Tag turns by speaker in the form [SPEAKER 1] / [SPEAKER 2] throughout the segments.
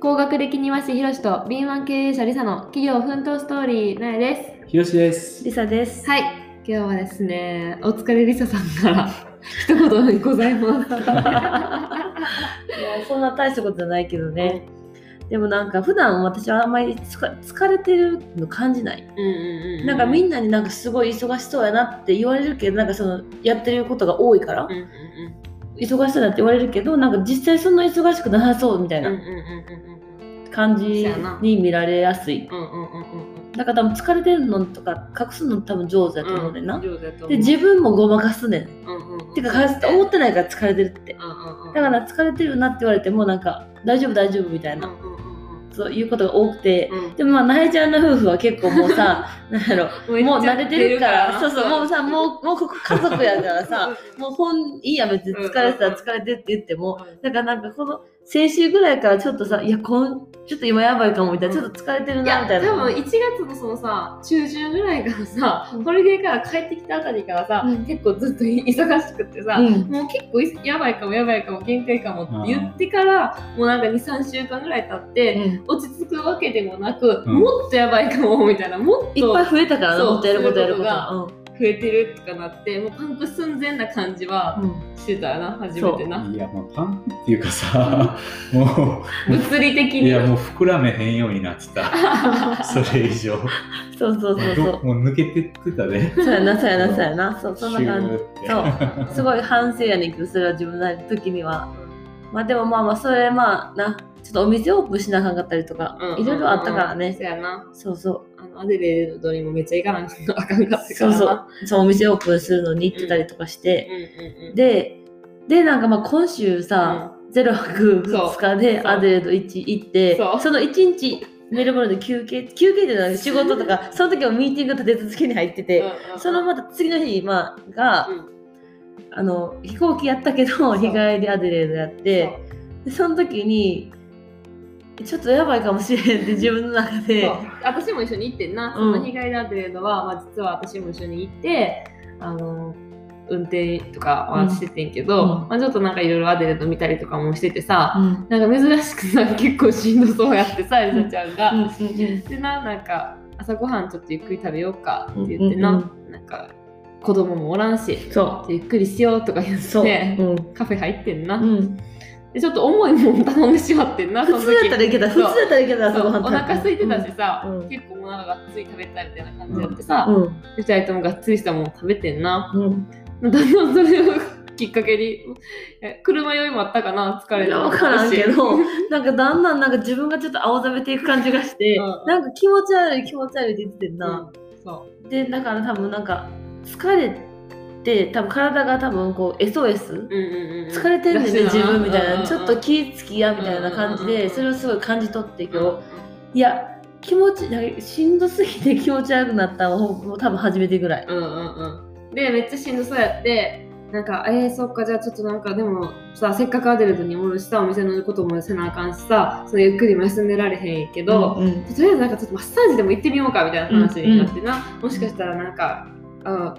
[SPEAKER 1] 工学的庭師ひろしと敏腕経営者りさの企業奮闘ストーリーなえで
[SPEAKER 2] ひろしです。
[SPEAKER 3] リサです。
[SPEAKER 1] す。はい、今日はですね、お疲れりささんから一言ございます。
[SPEAKER 3] いやそんな大したことじゃないけどね。でもなんか普段私はあんまりつか疲れてるの感じない。
[SPEAKER 1] うんうんう
[SPEAKER 3] なんかみ
[SPEAKER 1] な、
[SPEAKER 3] んなになんかすごい忙しそうやなって言われるけど、なんかそのやってることが多いから、
[SPEAKER 1] うんうん
[SPEAKER 3] 忙しそうだって言われるけど、なんか実際そんな忙しくなさそうみたい
[SPEAKER 1] うんうん
[SPEAKER 3] な
[SPEAKER 1] うん
[SPEAKER 3] 感
[SPEAKER 1] そう
[SPEAKER 3] じ
[SPEAKER 1] やな
[SPEAKER 3] に見られやすい。
[SPEAKER 1] うんうんうんうん
[SPEAKER 3] だから多分疲れてるのとか隠すの多分上手だと思うねんな。
[SPEAKER 1] 上手だと思う
[SPEAKER 3] で、自分もごまかすねん。
[SPEAKER 1] うんうんうん
[SPEAKER 3] てか、思ってないから疲れてるって。
[SPEAKER 1] うんうんうん
[SPEAKER 3] だから疲れてるなって言われてもなんか大丈夫大丈夫みたい
[SPEAKER 1] うん
[SPEAKER 3] な、
[SPEAKER 1] うんうん
[SPEAKER 3] そういうことが多くて、
[SPEAKER 1] うん
[SPEAKER 3] でもまあなえちゃんの夫婦は結構も うさなんやろ
[SPEAKER 1] ん
[SPEAKER 3] もう慣れてるからそうそうもう
[SPEAKER 1] さ
[SPEAKER 3] さもうもうここ家族やから さもう本いいや別に疲れてた
[SPEAKER 1] うん
[SPEAKER 3] ら疲れてるって言ってもだからなんかこの先週ぐらいからちょっとさいやこんちょっと今やばいかもみたいなちょっと疲れてる
[SPEAKER 1] い
[SPEAKER 3] な
[SPEAKER 1] や
[SPEAKER 3] みたいな
[SPEAKER 1] 多分1月のそのさ中旬ぐらいからさホリデーから帰ってきたあたりからさ、
[SPEAKER 3] うん
[SPEAKER 1] 結構ずっと 忙しくってさ、
[SPEAKER 3] うん
[SPEAKER 1] もう結構いやばいかもやばいかも限界かもって言ってから、もうなんか23週間ぐらい経って、落ち着くわけでもなく、
[SPEAKER 2] うん
[SPEAKER 1] もっとやばいかもみたいなもっ
[SPEAKER 3] いっぱ
[SPEAKER 1] と
[SPEAKER 3] い増えたからね
[SPEAKER 1] そう
[SPEAKER 3] もっとやることやるこ
[SPEAKER 1] そ
[SPEAKER 3] と
[SPEAKER 1] ういう増えてるとかなってもうパンク寸前な感じは
[SPEAKER 3] うんうん
[SPEAKER 1] してたな初めてない
[SPEAKER 2] や、まあ、パンっていうかさ、も
[SPEAKER 1] 物理的
[SPEAKER 2] う、
[SPEAKER 1] に
[SPEAKER 2] いや、もう膨らめへんようになってた。それ以上。も
[SPEAKER 3] そうそうそうそう
[SPEAKER 2] うもう抜けてってたね。
[SPEAKER 3] そうやなそうやなそうやなそうそんな感じ
[SPEAKER 2] シューって
[SPEAKER 3] そう、すごい反省やねんけど、それは自分なりの時には。まあでもまあまあ、それまあな、ちょっとお店オープンしなあかんかったりとか
[SPEAKER 1] うんうんうん、うん
[SPEAKER 3] いろいろあったからね
[SPEAKER 1] そ。やな
[SPEAKER 3] そうそ
[SPEAKER 1] あのアデレードにもめっちゃ行かなあかんかっ
[SPEAKER 3] う。
[SPEAKER 1] たか
[SPEAKER 3] そ
[SPEAKER 1] ら
[SPEAKER 3] う
[SPEAKER 1] な
[SPEAKER 3] そう。そう、お店オープンするのに行ってたりとかして。
[SPEAKER 1] うんうんうん
[SPEAKER 3] で、で、なんかまあ今週さ、0泊2日で
[SPEAKER 1] そう
[SPEAKER 3] アデレード1行って、
[SPEAKER 1] そう
[SPEAKER 3] その1日、メルボルンで休憩、休憩でなんか仕事とか、その時もミーティング立て続けに入ってて、
[SPEAKER 1] うんうん
[SPEAKER 3] そのまた次の日、まあ、が、
[SPEAKER 1] うん
[SPEAKER 3] あの飛行機やったけ
[SPEAKER 1] う
[SPEAKER 3] ど日帰りアデレードやってでその時にちょっとやばいかもしれんって自分の中
[SPEAKER 1] そう
[SPEAKER 3] で
[SPEAKER 1] そう私も一緒に行ってんな、
[SPEAKER 3] うん
[SPEAKER 1] その被害だっていうのは、まあ、実は私も一緒に行ってあの運転とかはしててんけど、
[SPEAKER 3] うんうん
[SPEAKER 1] まあ、ちょっとなんかいろいろアデレード見たりとかもしててさ、
[SPEAKER 3] うん
[SPEAKER 1] なんか珍しくさ結構しんどそうやってさエリサちゃんが、
[SPEAKER 3] うんうん
[SPEAKER 1] でななんか朝ごはんちょっとゆっくり食べようかって言ってな、
[SPEAKER 3] うん
[SPEAKER 1] なんか子供もおらんし
[SPEAKER 3] そ
[SPEAKER 1] ゆっくりしようとか言
[SPEAKER 3] うそう、
[SPEAKER 1] って
[SPEAKER 3] うん
[SPEAKER 1] カフェ入ってんな、
[SPEAKER 3] うん、
[SPEAKER 1] でちょっと重いもん頼んでしまってんな
[SPEAKER 3] 普通やったらいけた
[SPEAKER 1] そ
[SPEAKER 3] 普通
[SPEAKER 1] の時
[SPEAKER 3] やったらいけた朝
[SPEAKER 1] そう
[SPEAKER 3] ご
[SPEAKER 1] お
[SPEAKER 3] はん食べ
[SPEAKER 1] 腹空いてたしさ、
[SPEAKER 3] うん
[SPEAKER 1] 結構お腹がっつり食べたみたいな感じやってさ、
[SPEAKER 3] うん
[SPEAKER 1] 二人ともがっつりしたもの食べてんな
[SPEAKER 3] うんう
[SPEAKER 1] だ
[SPEAKER 3] ん
[SPEAKER 1] んだんそれをきっかけにえ車酔いもあったかな疲れ
[SPEAKER 3] い
[SPEAKER 1] た
[SPEAKER 3] や
[SPEAKER 1] のも
[SPEAKER 3] 分
[SPEAKER 1] あるし
[SPEAKER 3] からんけどなんかだんだんなんか自分がちょっと青ざめていく感じがして、
[SPEAKER 1] うん
[SPEAKER 3] なんか気持ち悪い気持ち悪いって言ってんな、
[SPEAKER 1] うんそう
[SPEAKER 3] でだから多分なんか疲れて多分体が多分こう SOS
[SPEAKER 1] うんうんうん
[SPEAKER 3] 疲れてんねんね自分みたいなちょっと
[SPEAKER 1] き
[SPEAKER 3] 気つきやみたいな感じ
[SPEAKER 1] うんうんうんう
[SPEAKER 3] で
[SPEAKER 1] ん
[SPEAKER 3] それをすごい感じ取って
[SPEAKER 1] う
[SPEAKER 3] 今
[SPEAKER 1] ん
[SPEAKER 3] 日いや気持ちなんかしんどすぎて気持ち悪くなったのももう多分初めてぐらい
[SPEAKER 1] うんうんでめっちゃしんどそうやってなんかえー、そっかじゃあちょっとなんかでもさせっかくアデルトに戻るしさお店のこともせなあかんしさそのゆっくりも休んでられへんけど、
[SPEAKER 3] うんうん
[SPEAKER 1] とりあえずなんかちょっとマッサージでも行ってみようかみたいな話になってな、もしかしたらなんか、あ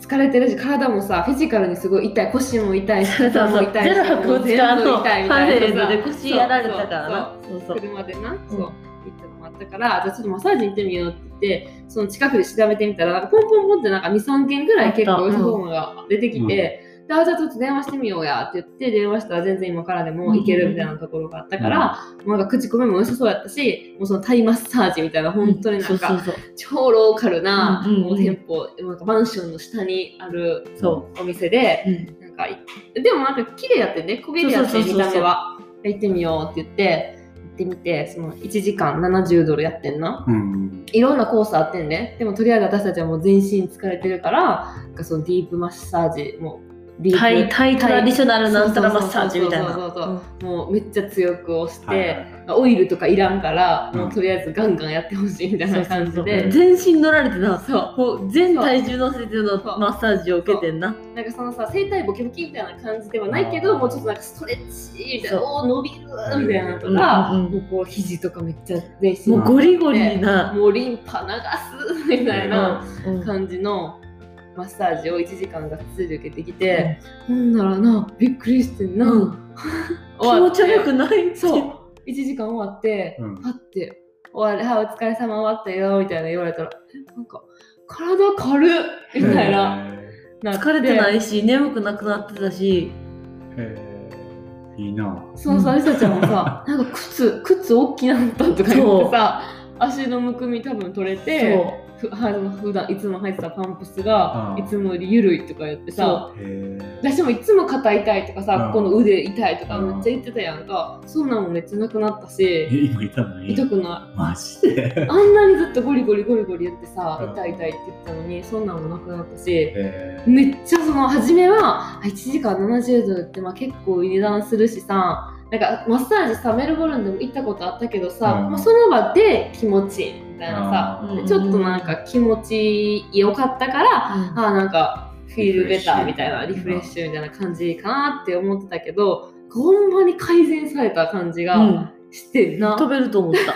[SPEAKER 1] 疲れてるし体もさフィジカルにすごい痛い腰も痛いし
[SPEAKER 3] そうそ
[SPEAKER 1] 肩
[SPEAKER 3] う
[SPEAKER 1] も痛い
[SPEAKER 3] ゼ
[SPEAKER 1] し
[SPEAKER 3] ロ泊
[SPEAKER 1] もう
[SPEAKER 3] 2日
[SPEAKER 1] 全部
[SPEAKER 3] の
[SPEAKER 1] 痛いみ
[SPEAKER 3] パ
[SPEAKER 1] た
[SPEAKER 3] レ
[SPEAKER 1] いな
[SPEAKER 3] ード
[SPEAKER 1] さ
[SPEAKER 3] で腰やられたからなそう
[SPEAKER 1] そ
[SPEAKER 3] そう
[SPEAKER 1] そう
[SPEAKER 3] う
[SPEAKER 1] 車でな、そう
[SPEAKER 3] うん
[SPEAKER 1] 行ったのもあったからじゃあちょっとマッサージ行ってみようって言ってその近くで調べてみたらなんかポンポンポンってなんか23件ぐらい結
[SPEAKER 3] あった
[SPEAKER 1] 構
[SPEAKER 3] うん
[SPEAKER 1] フォームが出てきて、
[SPEAKER 2] うん
[SPEAKER 1] であじゃあちょっと電話してみようやって言って電話したら全然今からでも行けるみたいなところがあったから、なんか口コミも良さそうやったし、もうそのタイマッサージみたいな、本当になん
[SPEAKER 3] そう
[SPEAKER 1] か
[SPEAKER 3] そう
[SPEAKER 1] 超ローカルな、
[SPEAKER 3] うんうんうん
[SPEAKER 1] もう店舗、なんかマンションの下にある
[SPEAKER 3] そ
[SPEAKER 1] お店で、
[SPEAKER 3] ううん
[SPEAKER 1] なんかい、でもなんか綺麗やってね、焦げるやって
[SPEAKER 3] そうそう
[SPEAKER 1] 見
[SPEAKER 3] そうそう
[SPEAKER 1] た目は。行ってみようって言って、行ってみて、その1時間70ドルやってんな。
[SPEAKER 2] うん。
[SPEAKER 1] いろんなコースあってんね。でもとりあえず私たちはもう全身疲れてるから、なんかそのディープマッサージ、もうディープ
[SPEAKER 3] タイタイトラディショナルなんとかマッサージみたい
[SPEAKER 1] そうそうそうそう
[SPEAKER 3] な
[SPEAKER 1] もうめっちゃ強く押して、
[SPEAKER 2] はいはい
[SPEAKER 1] オイルとかいらんから、
[SPEAKER 2] うん
[SPEAKER 1] もうとりあえずガンガンやってほしいみたいな感じ
[SPEAKER 3] そうそうそ
[SPEAKER 1] で
[SPEAKER 3] う全身乗られてな
[SPEAKER 1] そう
[SPEAKER 3] こう全体重乗せてのマッサージを受けてんな
[SPEAKER 1] なんかそのさ整体ボキボキみたいな感じではないけどもうちょっとなんかストレッチみたいな
[SPEAKER 3] そう
[SPEAKER 1] おー伸びるみたいなのとか、
[SPEAKER 3] うんうんうん
[SPEAKER 1] もうこう肘とかめっちゃ全身
[SPEAKER 3] もう
[SPEAKER 1] も
[SPEAKER 3] ゴリゴリな
[SPEAKER 1] うリンパ流すみたいな
[SPEAKER 3] うんうん
[SPEAKER 1] 感じのマッサージを1時間がっつり受けてきて、ほんならなびっくりしてんな、
[SPEAKER 3] うん、気
[SPEAKER 1] 終わ
[SPEAKER 3] 持
[SPEAKER 1] って
[SPEAKER 3] ち悪くない
[SPEAKER 1] そうう1時間終わって、
[SPEAKER 2] うん
[SPEAKER 1] パッて終わる、はい、お疲れ様終わったよ、みたいな言われたら、えなんか、体軽っみたいな。
[SPEAKER 2] へ
[SPEAKER 1] な
[SPEAKER 3] 疲れてないいし眠くなくなってたし
[SPEAKER 2] ーへーいいな
[SPEAKER 1] そうさ、
[SPEAKER 3] う
[SPEAKER 1] りさちゃんも さ、なんか靴、靴大きなったとか言ってさ、足のむくみ多分取れ
[SPEAKER 3] そ
[SPEAKER 1] て、
[SPEAKER 3] う
[SPEAKER 1] ふあの普段いつも履いてたパンプスが
[SPEAKER 2] うん
[SPEAKER 1] いつもより緩いとか言ってさ、
[SPEAKER 2] へー
[SPEAKER 1] 私もいつも肩痛いとかさ、
[SPEAKER 2] うん
[SPEAKER 1] ここの腕痛いとか
[SPEAKER 2] うん
[SPEAKER 1] めっちゃ言ってたやんか、そんなんもめっちゃなくなった
[SPEAKER 2] え
[SPEAKER 1] し、
[SPEAKER 2] 今痛ない
[SPEAKER 1] 痛くな
[SPEAKER 2] マジで
[SPEAKER 1] いあんなにずっとゴリゴリゴリゴリやってさ、
[SPEAKER 2] うん
[SPEAKER 1] 痛い痛いって言ってたのにそんなんもなくなったし
[SPEAKER 2] へー
[SPEAKER 1] めっちゃその初めはあ1時間70ドルってまあ結構いい値段するしさなんかマッサージさメルボルンでも行ったことあったけどさ、
[SPEAKER 2] うん
[SPEAKER 1] もうその場で気持ちいいみたいなさ、
[SPEAKER 2] あー
[SPEAKER 3] うん
[SPEAKER 1] ちょっとなんか気持ち良かったから、ああなんかフィールベターみたいなリ
[SPEAKER 2] リ
[SPEAKER 1] フ
[SPEAKER 2] フ
[SPEAKER 1] レ
[SPEAKER 2] レ
[SPEAKER 1] ッ
[SPEAKER 2] ッ
[SPEAKER 1] シュみたいな感じかなって思ってたけどほんまに改善された感じ
[SPEAKER 3] う
[SPEAKER 1] が
[SPEAKER 3] ん
[SPEAKER 1] してんな、
[SPEAKER 3] 飛べると思った
[SPEAKER 1] いや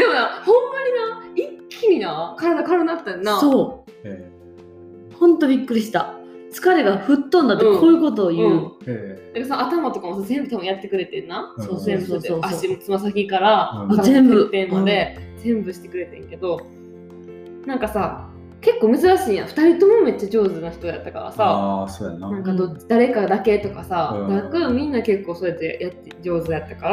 [SPEAKER 1] でもなほんまにな一気にな体軽くなったんなう
[SPEAKER 3] そ
[SPEAKER 2] へ
[SPEAKER 3] うほんとびっくりした疲れが吹っ飛んだってこういうことを言う、
[SPEAKER 1] うん
[SPEAKER 2] ーへ
[SPEAKER 1] だからさ頭とかもさ全部多分やってくれてんな、
[SPEAKER 2] ー
[SPEAKER 3] そう
[SPEAKER 1] 全部で
[SPEAKER 3] そうそうそう
[SPEAKER 1] 足もつま先から、
[SPEAKER 2] うん
[SPEAKER 1] 体
[SPEAKER 3] 全部
[SPEAKER 1] てっぺんまで、全部してくれてんけどなんかさ結構珍しいやん2人ともめっちゃ上手な人やったからさ
[SPEAKER 2] ああそうやな
[SPEAKER 1] なんかどっち、誰かだけとかさ、
[SPEAKER 2] うん
[SPEAKER 1] なくみんな結構そうやってやって上手やったか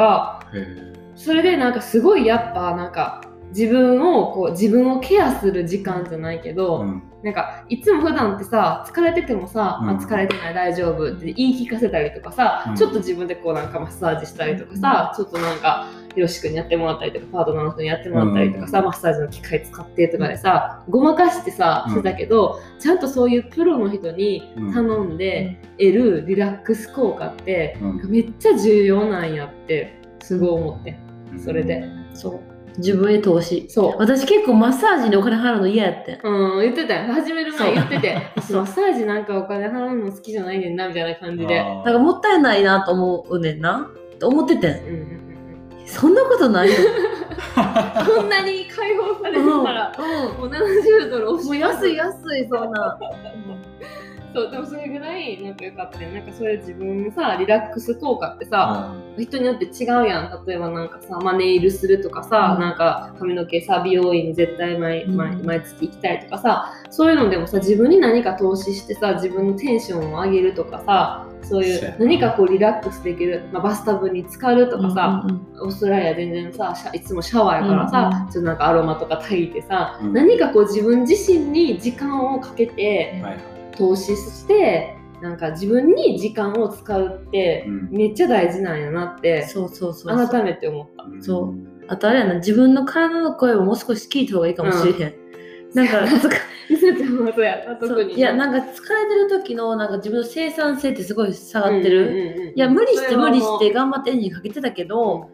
[SPEAKER 1] ら
[SPEAKER 2] へー
[SPEAKER 1] それでなんかすごいやっぱなんか自分をこう自分をケアする時間じゃないけど、
[SPEAKER 2] うん
[SPEAKER 1] なんかいつも普段ってさ疲れててもさ、
[SPEAKER 2] うん
[SPEAKER 1] あ疲れてない大丈夫って言い聞かせたりとかさ、
[SPEAKER 2] うん
[SPEAKER 1] ちょっと自分でこうなんかマッサージしたりとかさ、ちょっとなんかヒロシ君にやってもらったりとかパートナーの人にやってもらったりとかさ、マッサージの機械使ってとかでさごまかしてさしてたけど、ちゃんとそういうプロの人に頼んで得るリラックス効果って
[SPEAKER 2] うん
[SPEAKER 1] めっちゃ重要なんやってすごい思ってそれで
[SPEAKER 3] そう自分へ投資
[SPEAKER 1] そう
[SPEAKER 3] 私結構マッサージにお金払うの嫌やってん
[SPEAKER 1] うん、言ってたよ始める前
[SPEAKER 3] そう
[SPEAKER 1] 言って て私マッサージなんかお金払うの好きじゃないねんなみたいな感じで、
[SPEAKER 2] あー
[SPEAKER 3] なんかもったいないなと思うねんなと思ってて
[SPEAKER 1] うん
[SPEAKER 3] ん
[SPEAKER 1] うんうん
[SPEAKER 3] そんなことな いよ、
[SPEAKER 1] うん、こんなに解放され
[SPEAKER 3] う
[SPEAKER 1] て
[SPEAKER 3] ん
[SPEAKER 1] たら、もう70ドル惜
[SPEAKER 3] うんも
[SPEAKER 1] し
[SPEAKER 3] う
[SPEAKER 1] い
[SPEAKER 3] 安い安いそんな、
[SPEAKER 1] そうでもそれぐらいなんかよかったねなんかそういう自分のさリラックス効果ってさ、人によって違うやん例えばなんかさ、まあ、ネイルするとかさ、
[SPEAKER 3] うん
[SPEAKER 1] なんか髪の毛さ美容院に絶対毎毎
[SPEAKER 3] うん
[SPEAKER 1] 毎月行きたいとかさそういうのでもさ自分に何か投資してさ自分のテンションを上げるとかさそうい
[SPEAKER 2] そうや
[SPEAKER 1] う
[SPEAKER 2] な
[SPEAKER 1] 何かこうリラックスできる、まあ、バスタブに浸かるとかさ、
[SPEAKER 3] うんうん
[SPEAKER 1] オーストラリア全然さシャいつもシャワーやからさ、
[SPEAKER 3] うん
[SPEAKER 1] ちょっとなんかアロマとか炊いてさ、
[SPEAKER 2] うん
[SPEAKER 1] 何かこう自分自身に時間をかけて
[SPEAKER 3] うん
[SPEAKER 2] はい
[SPEAKER 1] 投資してなんか自分に時間を使うって
[SPEAKER 2] うん
[SPEAKER 1] めっちゃ大事なんやなって
[SPEAKER 3] そうそうそうそう
[SPEAKER 1] 改めて思った。
[SPEAKER 3] そう
[SPEAKER 2] うん
[SPEAKER 3] あとあれやな自分の体の声をもう少し聞いた方がいいかもしれへん、な んか
[SPEAKER 1] リサちゃんも そうやな、特に。
[SPEAKER 3] いやなん
[SPEAKER 1] か
[SPEAKER 3] か疲れてる時のなんか自分の生産性ってすごい下がってる、いや無理して無理して頑張ってエンジンかけてたけど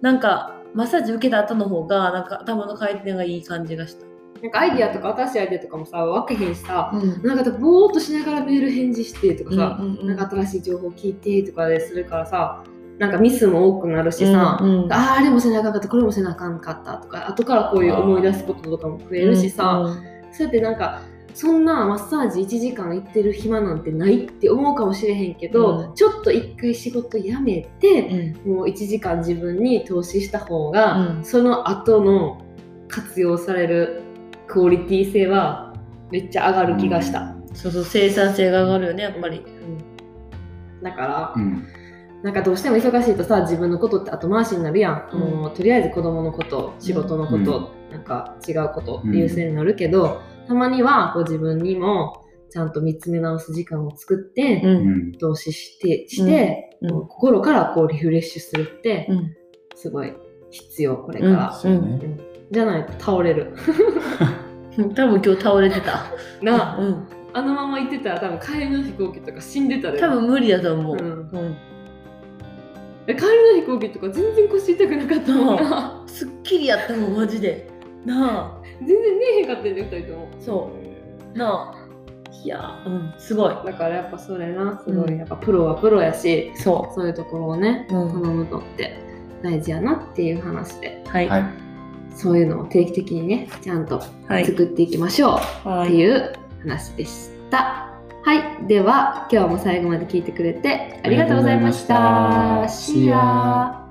[SPEAKER 3] なんかマッサージ受けた後の方がなんか頭の回転がいい感じがした、
[SPEAKER 1] なんかアイディアとか、新しいアイディアとかもさ、分けへんしさ、
[SPEAKER 3] うんうん
[SPEAKER 1] なんかぼーっとしながらメール返事してとか
[SPEAKER 3] うん
[SPEAKER 1] さ、
[SPEAKER 3] うん、
[SPEAKER 1] なんか新しい情報聞いてとかでするからさ、なんかミスも多くなるしさ、
[SPEAKER 3] うんうん
[SPEAKER 1] あーあれもせなあかんかった、これもせなあかんかったとか、後からこういう思い出すこととかも増えるしさ、そうやってなんか、そんなマッサージ1時間行ってる暇なんてないって思うかもしれへんけど、
[SPEAKER 3] うん
[SPEAKER 1] ちょっと一回仕事やめて、
[SPEAKER 3] うんうん
[SPEAKER 1] もう1時間自分に投資した方が、
[SPEAKER 3] うん
[SPEAKER 1] その後の活用されるクオリティ性はめっちゃ上がる気がした、
[SPEAKER 3] そうそう生産性が上がるよねやっぱり、
[SPEAKER 1] だから、
[SPEAKER 2] うん
[SPEAKER 1] なんかどうしても忙しいとさ自分のことって後回しになるやん、
[SPEAKER 3] うん
[SPEAKER 1] もうとりあえず子供のこと仕事のこと、なんか違うことって優先になるけど、たまにはこう自分にもちゃんと見つめ直す時間を作って、
[SPEAKER 3] うん
[SPEAKER 2] うん
[SPEAKER 1] 投資してして、
[SPEAKER 3] うん
[SPEAKER 1] こう心からこうリフレッシュするって
[SPEAKER 3] うん
[SPEAKER 1] すごい必要これから。
[SPEAKER 2] そうやね
[SPEAKER 1] じゃないと倒れる。
[SPEAKER 3] うん、多分今日倒れてた、
[SPEAKER 1] なあ、
[SPEAKER 3] うん、
[SPEAKER 1] あのまま行ってたら多分帰りの飛行機とか死んでたで。
[SPEAKER 3] 多分無理だと思う、
[SPEAKER 1] うん
[SPEAKER 3] うん
[SPEAKER 1] え帰りの飛行機とか全然腰痛くなかったもんな。
[SPEAKER 3] すっきりやったもんマジでなあ
[SPEAKER 1] 全然寝えへんかったんで二人とも。
[SPEAKER 3] そうなあいやうんすごい
[SPEAKER 1] だからやっぱそれな、すご
[SPEAKER 3] う
[SPEAKER 1] い
[SPEAKER 3] ん
[SPEAKER 1] やっぱプロはプロやし、
[SPEAKER 3] そ
[SPEAKER 1] そういうところをね、
[SPEAKER 3] う、う
[SPEAKER 1] 頼
[SPEAKER 3] ん、
[SPEAKER 1] むのって大事やなっていう話で、
[SPEAKER 3] はい
[SPEAKER 2] はい
[SPEAKER 1] そういうのを定期的にね、ちゃんと
[SPEAKER 3] はい
[SPEAKER 1] 作っていきましょう
[SPEAKER 3] は
[SPEAKER 1] っていう話でした。はい、では今日も最後まで聞いてくれてありがとうございました。
[SPEAKER 2] ありがとうございました
[SPEAKER 1] See ya